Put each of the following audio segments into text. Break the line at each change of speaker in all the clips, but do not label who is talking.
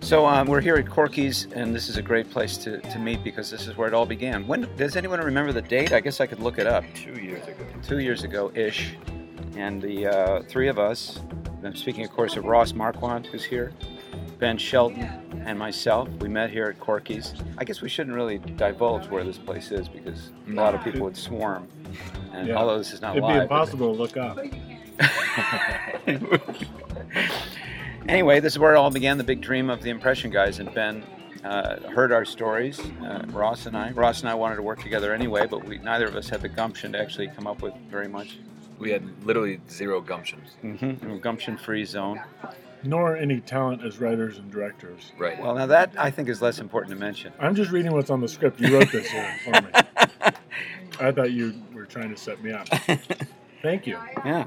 So um, we're here at Corky's, and this is a great place to, to meet because this is where it all began. When does anyone remember the date? I guess I could look it up.
Two years ago.
Two years ago ish, and the uh, three of us. I'm speaking, of course, of Ross Marquand, who's here, Ben Shelton, and myself. We met here at Corky's. I guess we shouldn't really divulge where this place is because a lot of people would swarm. And
Yeah.
although this is not
It'd
live,
be
it-
impossible to look up.
anyway, this is where it all began the big dream of the impression guys. And Ben uh, heard our stories, uh, Ross and I. Ross and I wanted to work together anyway, but we neither of us had the gumption to actually come up with very much.
We had literally zero gumption.
Mm-hmm. Gumption free zone.
Nor any talent as writers and directors.
Right.
Well, now that I think is less important to mention.
I'm just reading what's on the script. You wrote this here for me. I thought you were trying to set me up. Thank you.
Yeah.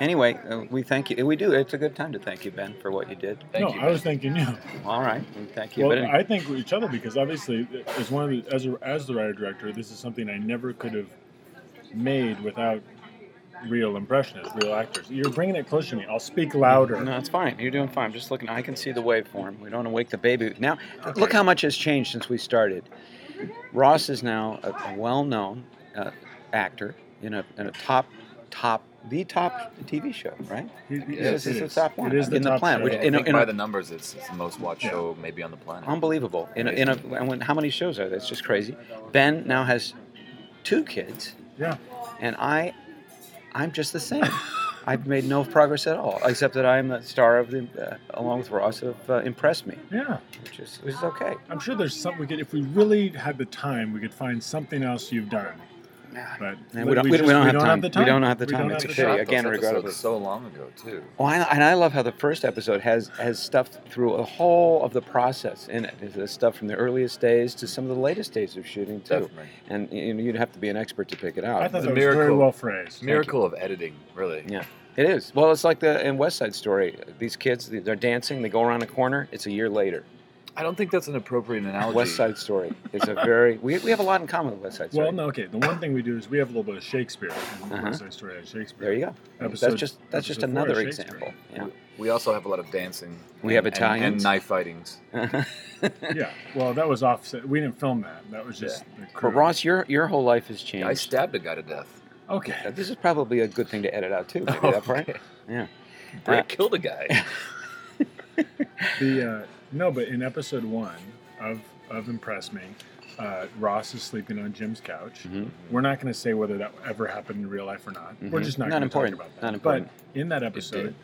Anyway, uh, we thank you. We do. It's a good time to thank you, Ben, for what you did.
Thank
no,
you.
I was thanking you.
All right. We thank you.
Well,
but any-
I think each other because obviously, as one of the, as a, as the writer director, this is something I never could have made without real impressionists, real actors. You're bringing it closer to me. I'll speak louder.
No, it's fine. You're doing fine. I'm just looking. I can see the waveform. We don't want to wake the baby. Now, look how much has changed since we started. Ross is now a, a well-known uh, actor in a, in a top, top, the top TV show, right?
It- it-
This is
it
the
is.
top one
It is the
in the
top
plan,
show.
which-
Yeah, I
in a-
think
in
by
a-
the numbers, it's, it's the most watched show maybe on the planet.
Unbelievable. In a, in a, and when, how many shows are there? It's just crazy. Ben now has two kids,
yeah.
and I, I'm just the same. I've made no progress at all, except that I'm the star of the, uh, along with Ross, of uh, Impress Me,
Yeah.
which is, which is okay.
I'm sure there's something we could, if we really had the time, we could find something else you've done. But
Man, we don't- we don't have time. We don't have the time. It's a
the
pity. Again,
Those episodes
regrettably.
so long ago too.
Oh, I, and I love how the first episode has has stuff through a whole of the process in it. There's stuff from the earliest days to some of the latest days of shooting too.
Definitely.
And you know, you'd have to be an expert to pick it out.
I thought
It's
that
a
was very
miracle.
well phrased.
Miracle of editing, really.
Yeah, it is. Well, it's like the in West Side Story. These kids, they're dancing. They go around a corner. It's a year later.
I don't think that's an appropriate
Oh,
analogy.
West Side Story. It's a very we, we have a lot in common with West Side Story.
Well, no, okay. The one thing we do is we have a little bit of Shakespeare. And
Uh-huh.
West Side Story has Shakespeare.
There you go. that's
Episode-
just that's just
episode four
another
of Shakespeare.
example. Yeah.
We also have a lot of dancing.
We have
and- and- and
Italians.
knife fightings.
yeah. Well, that was offset. We didn't film that. That was just the
But
crew.
Ross, your your whole life has changed.
I stabbed a guy to death.
Okay.
this is probably a good thing to edit out too. Maybe that part.
Okay.
Yeah. Uh,
Brett killed a guy.
The uh, no, but in episode one of of Impress Me, uh, Ross is sleeping on Jim's couch.
Mhm.
We're not going to say whether that ever happened in real life or not. We're
Mhm.
just not,
Not
going to talk
important.
about that.
Not important.
But in that episode,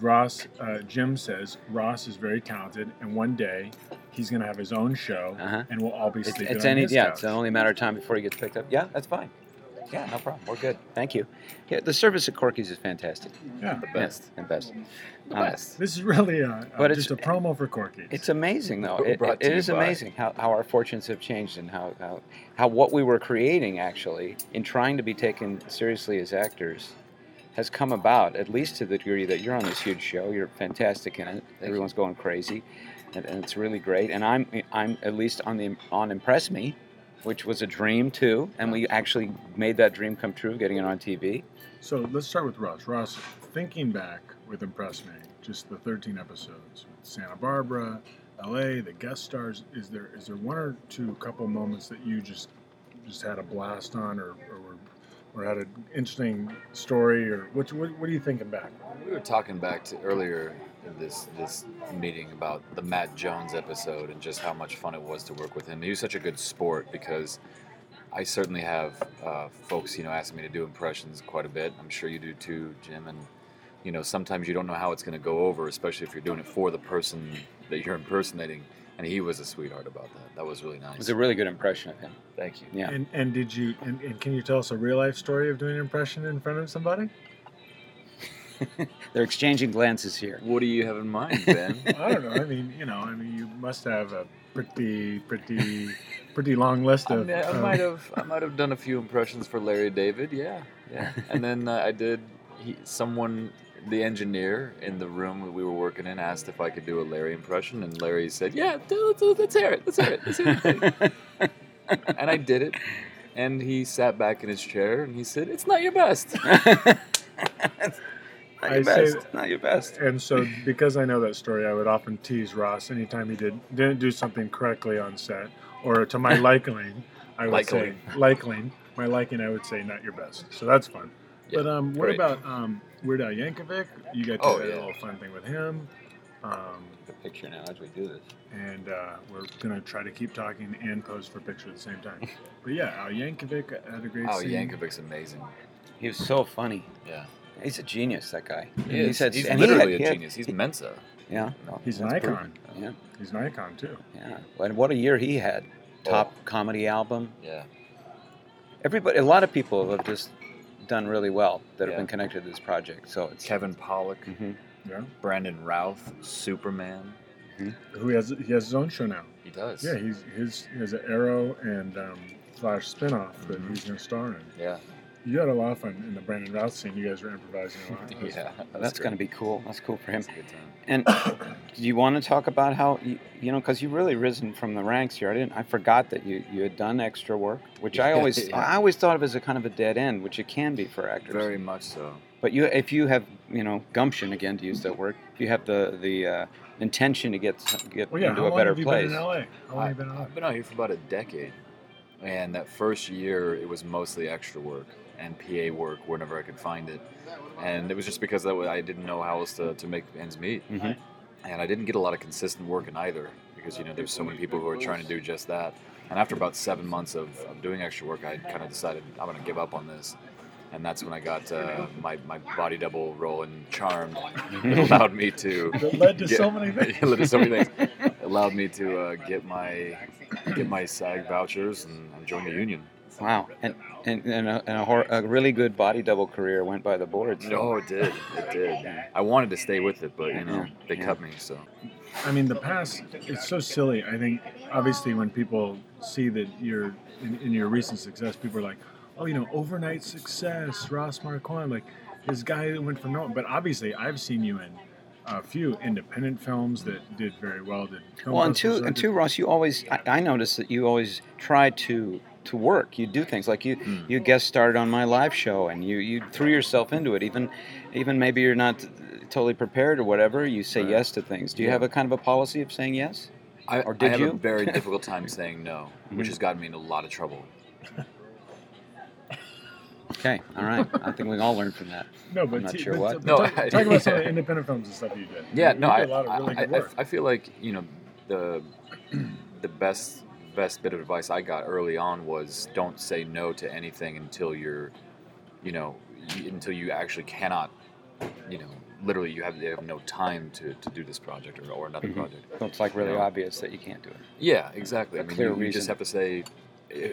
Ross, uh, Jim says Ross is very talented, and one day he's going to have his own show,
Uh-huh.
and we'll all be
It's,
sleeping
it's
on
any
his
yeah.
couch.
It's only a matter of time before he gets picked up. Yeah, that's fine. Yeah, no problem. We're good. Thank you. Yeah, the service at Corky's is fantastic.
yeah.
Yeah,
Best.
and best.
The
Um,
best.
This is really a, a-
But it's-
just a promo for Corky.
It's amazing, though. It,
Brought
it- it
to you
is
by-
amazing how, how our fortunes have changed and how, how, how what we were creating, actually, in trying to be taken seriously as actors, has come about, at least to the degree that you're on this huge show. You're fantastic in it.
you.
Everyone's going crazy, and, and it's really great. And I'm, I'm at least on, the, on Impress Me, which was a dream, too. And we actually made that dream come true, getting it on TV.
So let's start with Ross. Ross, thinking back with Impress Me, just the 13 episodes, Santa Barbara, LA, the guest stars, is there is there one or two couple moments that you just just had a blast on or or, were, or had an interesting story or what, what, what are you thinking back?
We were talking back to earlier in this this meeting about the Matt Jones episode and just how much fun it was to work with him. He was such a good sport because I certainly have uh, folks you know asking me to do impressions quite a bit. I'm sure you do too, Jim. And you know sometimes you don't know how it's going to go over, especially if you're doing it for the person that you're impersonating. And he was a sweetheart about that. That was really
It
nice.
was a really good impression of him.
Thank you.
Yeah.
And and did you and, and can you tell us a real life story of doing an impression in front of somebody?
They're exchanging glances here.
What do you have in mind, Ben?
I don't know. I mean, you know, I mean, you must have a pretty pretty pretty long list
I,
of.
mean, I
Um,
of-
might have I might have done a few impressions for Larry David, yeah, yeah. And then uh, I did. He, someone, the engineer in the room that we were working in, asked if I could do a Larry impression, and Larry said, "Yeah, do, it, do, it, let's hear it, let's hear it, let's hear it." and I did it, Oh, and he sat back in his chair and he said, "It's not your best."
Not your
I say-
best. Not your best.
And so, because I know that story, I would often tease Ross anytime he did didn't do something correctly on set, or to my liking, I would say liking my liking. I would say not your best. So that's fun.
Yeah,
but um, what
great.
about um, Weird Al Yankovic? You got to
Oh,
do
yeah.
a little fun thing with him. Um,
The picture now as we do this.
and uh, we're gonna try to keep talking and pose for a picture at the same time. But yeah, Al Yankovic had a great
Oh,
scene.
Yankovic's amazing.
He was so funny.
Yeah,
He's a genius, that guy.
he
He's
is.
had-
he's
and he had-
literally
he
a
had-
genius. He's Mensa.
Yeah. well,
He's an
that's
icon.
proven. Yeah.
He's an icon too.
Yeah. Well, And what a year he had.
Oh.
Top comedy album.
Yeah,
Everybody, a lot of people have just done really well that
Yeah.
have been connected to this project. So it's.
Kevin Pollock,
Mhm.
Yeah,
Brandon Routh, Superman.
who has he has his own show now.
He does.
Yeah, he's his he has an Arrow and um, Flash spinoff that
Mhm.
he's gonna star in.
yeah,
You had a lot of fun in the Brandon Routh scene. You guys were improvising a lot. That was-
yeah.
That's going to be cool. That's cool for him.
That's a good time.
And do you want to talk about how you, you know because you've really risen from the ranks here? I didn't. I forgot that you, you had done extra work, which I
Yeah,
always
yeah.
I always thought of as a kind of a dead end, which it can be for actors.
Very much so.
But you, if you have you know gumption again to use that word, if you have the the uh, intention to get get
Well, yeah.
into
how
a
long
better
have you
place.
been in LA? How long
I-
have you been in LA?
I've been out here for about a decade, and that first year it was mostly extra work and PA work whenever I could find it, and it was just because that wa- I didn't know how else to, to make ends meet,
Mhm.
and I didn't get a lot of consistent work in either because you know there's so many people who are trying to do just that, and after about seven months of, of doing extra work, I kind of decided I'm gonna give up on this. And that's when I got uh, my, my body double role in Charmed. It
Mm-hmm.
allowed me to
That led to
Yeah.
so many things.
It led to so many things. It allowed me to uh, get my get my SAG vouchers and, and join the union.
Wow, and and, and, a, and a, hor- a really good body double career went by the boards.
No, Oh, it did. It did. I wanted to stay with it, but you know they
Yeah.
cut me. So
I mean, the past, it's so silly. I think, obviously, when people see that you're in, in your recent success, people are like, oh, you know, overnight success, Ross Marquand, like this guy that went from no one. But obviously, I've seen you in a few independent films that did very well. Did film
Well, and
festivals
two,
that
and
did-
two, Ross, you always, I, I noticed that you always try to to work. You do things like you
Mm.
you guest starred on my live show, and you you threw yourself into it. Even even maybe you're not totally prepared or whatever. You say
Right.
yes to things. Do you
Yeah.
have a kind of a policy of saying yes?
I,
Or did
I have
you?
a very difficult time saying no,
Mhm.
which has gotten me in a lot of trouble.
Okay, all right. I think we can all learn from that.
No, but
I'm not
t-
sure
but-
what.
but
No,
talk,
I-
talk about some of the independent films and stuff you did.
Yeah,
You
no,
did
I,
a lot of really
I,
good
I-
work.
I feel like you know the the best best bit of advice I got early on was don't say no to anything until you're you know y- until you actually cannot you know literally you have you have no time to, to do this project or, or another
Mm-hmm.
Mhm.
project.
So it's like really
Yeah.
obvious that you can't do it.
Yeah, exactly.
A
I mean,
clear
you, you
reason.
just have to say,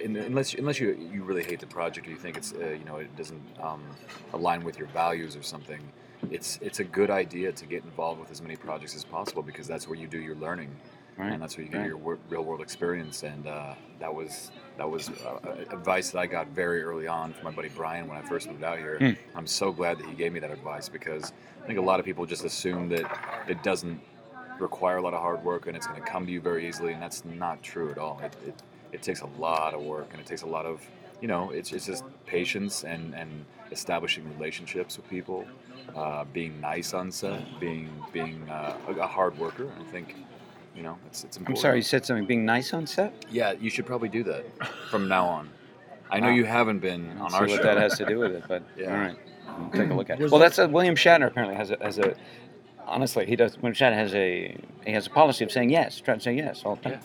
in- unless unless you you really hate the project or you think it's uh, you know it doesn't um, align with your values or something, it's it's a good idea to get involved with as many projects as possible because that's where you do your learning
Right.
and that's where you get
right.
your wor- real world experience. And uh, that was that was uh, advice that I got very early on from my buddy Brian when I first moved out here.
Hmm.
I'm so glad that he gave me that advice because I think a lot of people just assume that it doesn't require a lot of hard work and it's going to come to you very easily, and that's not true at all. It, it, it takes a lot of work and it takes a lot of you know it's, it's just patience and, and establishing relationships with people uh, being nice on set being being uh, a, a hard worker i think you know it's, it's
I'm
important
sorry, you said something. Being nice on set.
yeah, you should probably do that from now on. I know
Wow.
you haven't been
I don't
on
see
our
what
show.
that has to do with it, but
Yeah.
all right, I'll take a look at it.
Was
Well,
that-
that's uh William Shatner apparently has a, has a. Honestly, he does. William Shatner has a he has a policy of saying yes, trying to say yes all the time,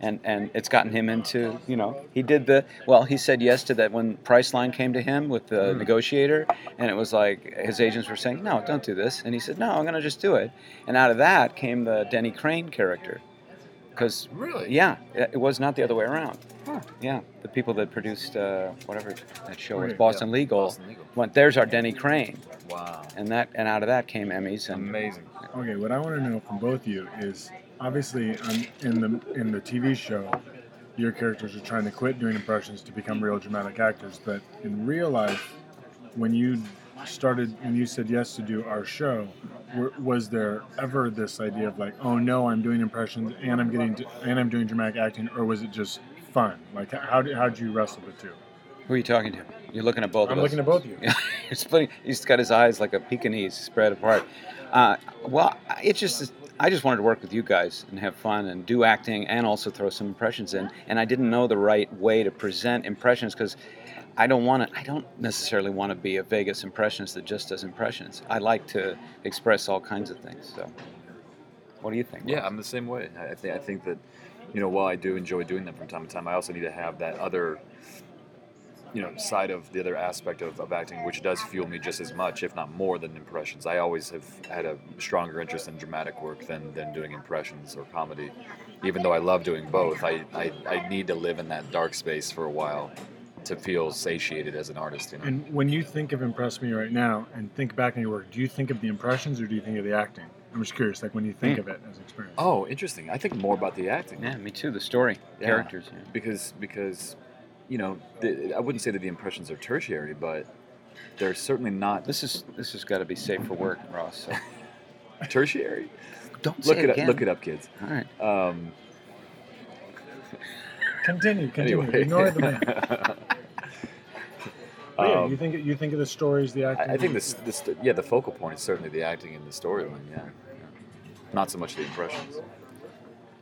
and and it's gotten him into you know he did the well he said yes to that when Priceline came to him with the
Hmm.
negotiator, and it was like his agents were saying no, don't do this, and he said no, I'm going to just do it, and out of that came the Denny Crane character, because
really?
yeah, it it was not the other way around.
Huh.
Yeah, the people that produced uh, whatever that show was,
Right,
Boston
yeah.
Legal,
Boston Legal.
went there's our Denny Crane,
Wow.
and that and out of that came Emmys and
Amazing.
Okay, what I want to know from both of you is obviously on, in the in the TV show, your characters are trying to quit doing impressions to become real dramatic actors. But in real life, when you started when you said yes to do our show, were, was there ever this idea of like, oh no, I'm doing impressions and I'm getting to, and I'm doing dramatic acting, or was it just fun? Like, how did how did you wrestle the two?
who are you talking to? You're looking at both
I'm
of us.
looking at both of you.
splitting. He's got his eyes like a Pekingese spread apart. Uh, well, it just I just wanted to work with you guys and have fun and do acting and also throw some impressions in. And I didn't know the right way to present impressions because I don't want to. I don't necessarily want to be a Vegas impressionist that just does impressions. I like to express all kinds of things. So, what do you think?
Yeah, I'm the same way. I, I think I think that you know while I do enjoy doing them from time to time, I also need to have that other you know side of the other aspect of, of acting, which does fuel me just as much, if not more, than impressions. I always have had a stronger interest in dramatic work than than doing impressions or comedy. Even though I love doing both, I I, I need to live in that dark space for a while to feel satiated as an artist. You know?
And when you think of Impress Me right now and think back on your work, do you think of the impressions or do you think of the acting? I'm just curious, like when you think
Hmm.
of it as experience.
Oh, interesting. I think more about the acting.
Yeah, me too. The story,
Yeah.
characters. Yeah.
because because you know the, I wouldn't say that the impressions are tertiary, but they're certainly not
This is this has got to be safe for work, Ross. So.
tertiary.
Don't
Look
say
it
again.
up. Look it up, kids.
All right.
Um,
Continue, continue.
anyway,
Ignore the man. But yeah, you
Um,
think you think of the stories, the acting.
I, I think this this yeah the focal point is certainly the acting and the storyline. Yeah, not so much the impressions.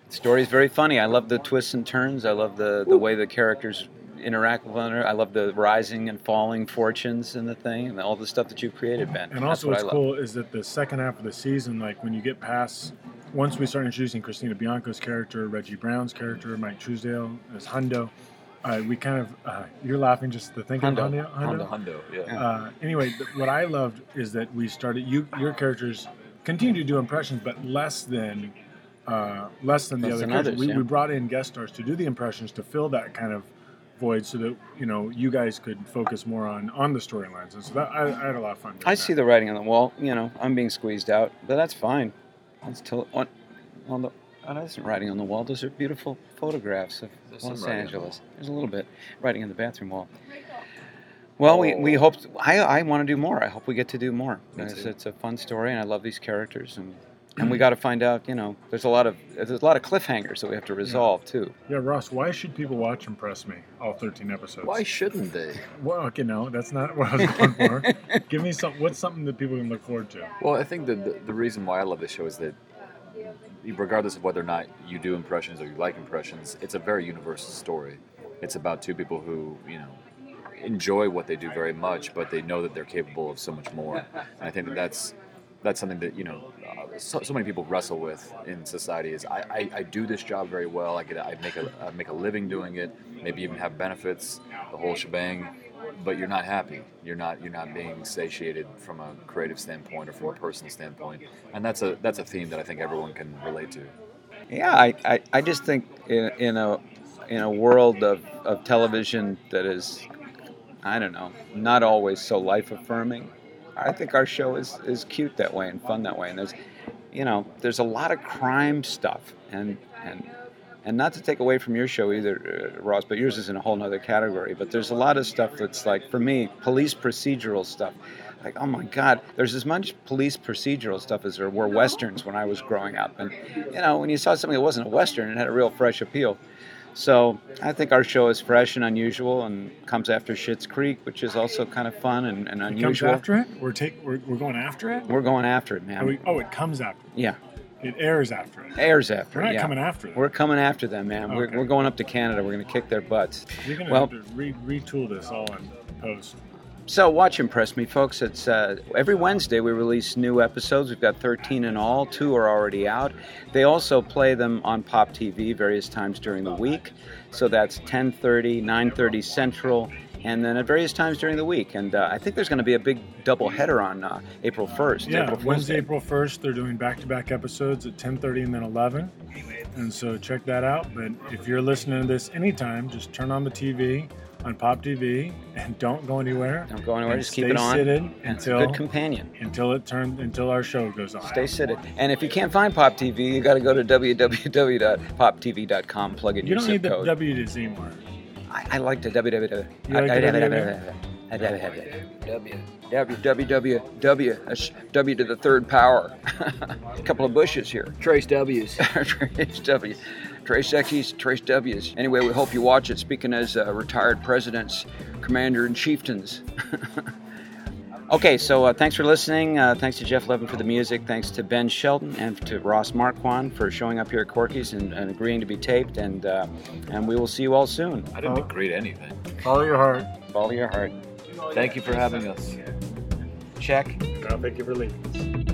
The story is very funny. I love the twists and turns. I love the, the way the characters interact with one another. I love the rising and falling fortunes in the thing and all the stuff that you've created, Ben.
And
That's
also,
what
what's
I love.
cool is that the second half of the season, like when you get past, once we start introducing Christina Bianco's character, Reggie Brown's character, Mike Truesdale as Hundo, uh, we kind of, uh, you're laughing just to think
Hundo.
of Hundo.
Hondo, Hondo. Yeah.
Uh, anyway, th- what I loved is that we started. You, your characters continue to do impressions, but less than, uh, less than the
Less
other
than
characters.
others,
we,
yeah.
we brought in guest stars to do the impressions to fill that kind of void, so that you know you guys could focus more on on the storylines. And so that I, I had a lot of fun. Doing
I see the writing on the wall. You know, I'm being squeezed out, but that's fine. That's to, on, on the, oh, that isn't writing on the wall. Those are beautiful photographs of
There's some
Los
writing on the
Angeles. There's a little bit writing on the bathroom wall. Well, we, we
Oh.
hope, I, I want to do more. I hope we get to do more.
Me
It's,
too.
it's a fun story, and I love these characters. And, and we got to find out, you know, there's a lot of there's a lot of cliffhangers that we have to resolve, too.
Yeah, Ross. Why should people watch Impress Me? All thirteen episodes.
Why shouldn't they?
Well, okay, no, that's not what I was going for. Give me some. What's something that people can look forward to?
Well, I think that the, the reason why I love this show is that, regardless of whether or not you do impressions or you like impressions, it's a very universal story. It's about two people who, you know, enjoy what they do very much, but they know that they're capable of so much more. And I think that that's that's something that you know, uh, so, so many people wrestle with in society. Is I, I, I do this job very well. I get I make a I make a living doing it. Maybe even have benefits, the whole shebang. But you're not happy. You're not you're not being satiated from a creative standpoint or from a personal standpoint. And that's a that's a theme that I think everyone can relate to.
Yeah, I, I, I just think in, in a in a world of, of television that is I don't know, not always so life affirming, I think our show is, is cute that way and fun that way. And there's you know, there's a lot of crime stuff and and and not to take away from your show either, uh, Ross, but yours is in a whole nother category. But there's a lot of stuff that's like, for me, police procedural stuff. Like, oh my God, there's as much police procedural stuff as there were westerns when I was growing up. And, you know, when you saw something that wasn't a western, it had a real fresh appeal. So I think our show is fresh and unusual and comes after Schitt's Creek, which is also kind of fun and, and
It comes
unusual.
after it. We're take. We're, we're going after it.
We're going after it,
Are
man.
we, oh, it comes after.
yeah.
It, it airs after it.
Airs after
We're
it,
not
yeah.
coming after it.
We're coming after them, man. We're,
Okay.
we're going up to Canada. We're going to kick their butts.
You're gonna
Well-
have to re- retool this all in post.
So watch Impress Me, folks. It's uh, every Wednesday we release new episodes. We've got 13 in all. Two are already out. They also play them on Pop TV various times during the week. So that's 10:30, 9:30 Central, and then at various times during the week. And uh, I think there's going to be a big double header on uh, April 1st.
Yeah,
April Fool's
Wednesday,
Day.
April first, they're doing back-to-back episodes at 10:30 and then 11, and so check that out. But if you're listening to this anytime, just turn on the TV on Pop TV and don't go anywhere.
Don't go anywhere.
And
Just keep
stay
it on.
seated
And it's a
until-
good companion.
until it turns until our show goes on.
Stay seated. And if you can't find Pop TV, you got to go to www.poptv.com. Plug in
you
your
don't
zip
need the
code.
W to Z more.
I, I like the www.
You like the www?
www. That's W to the third power. A couple of bushes here.
Trace W's.
Trace W. Trace X's, Trace W's. Anyway, we hope you watch it. Speaking as uh, retired presidents, commander, and chieftains. Okay, so uh, thanks for listening. Uh, thanks to Jeff Levin for the music. Thanks to Ben Shelton and to Ross Marquand for showing up here at Corky's and, and agreeing to be taped. And uh, and we will see you all soon.
I didn't
Oh.
agree to anything.
Follow your heart.
Follow your heart.
Thank you for having us.
Check.
Thank you for leaving.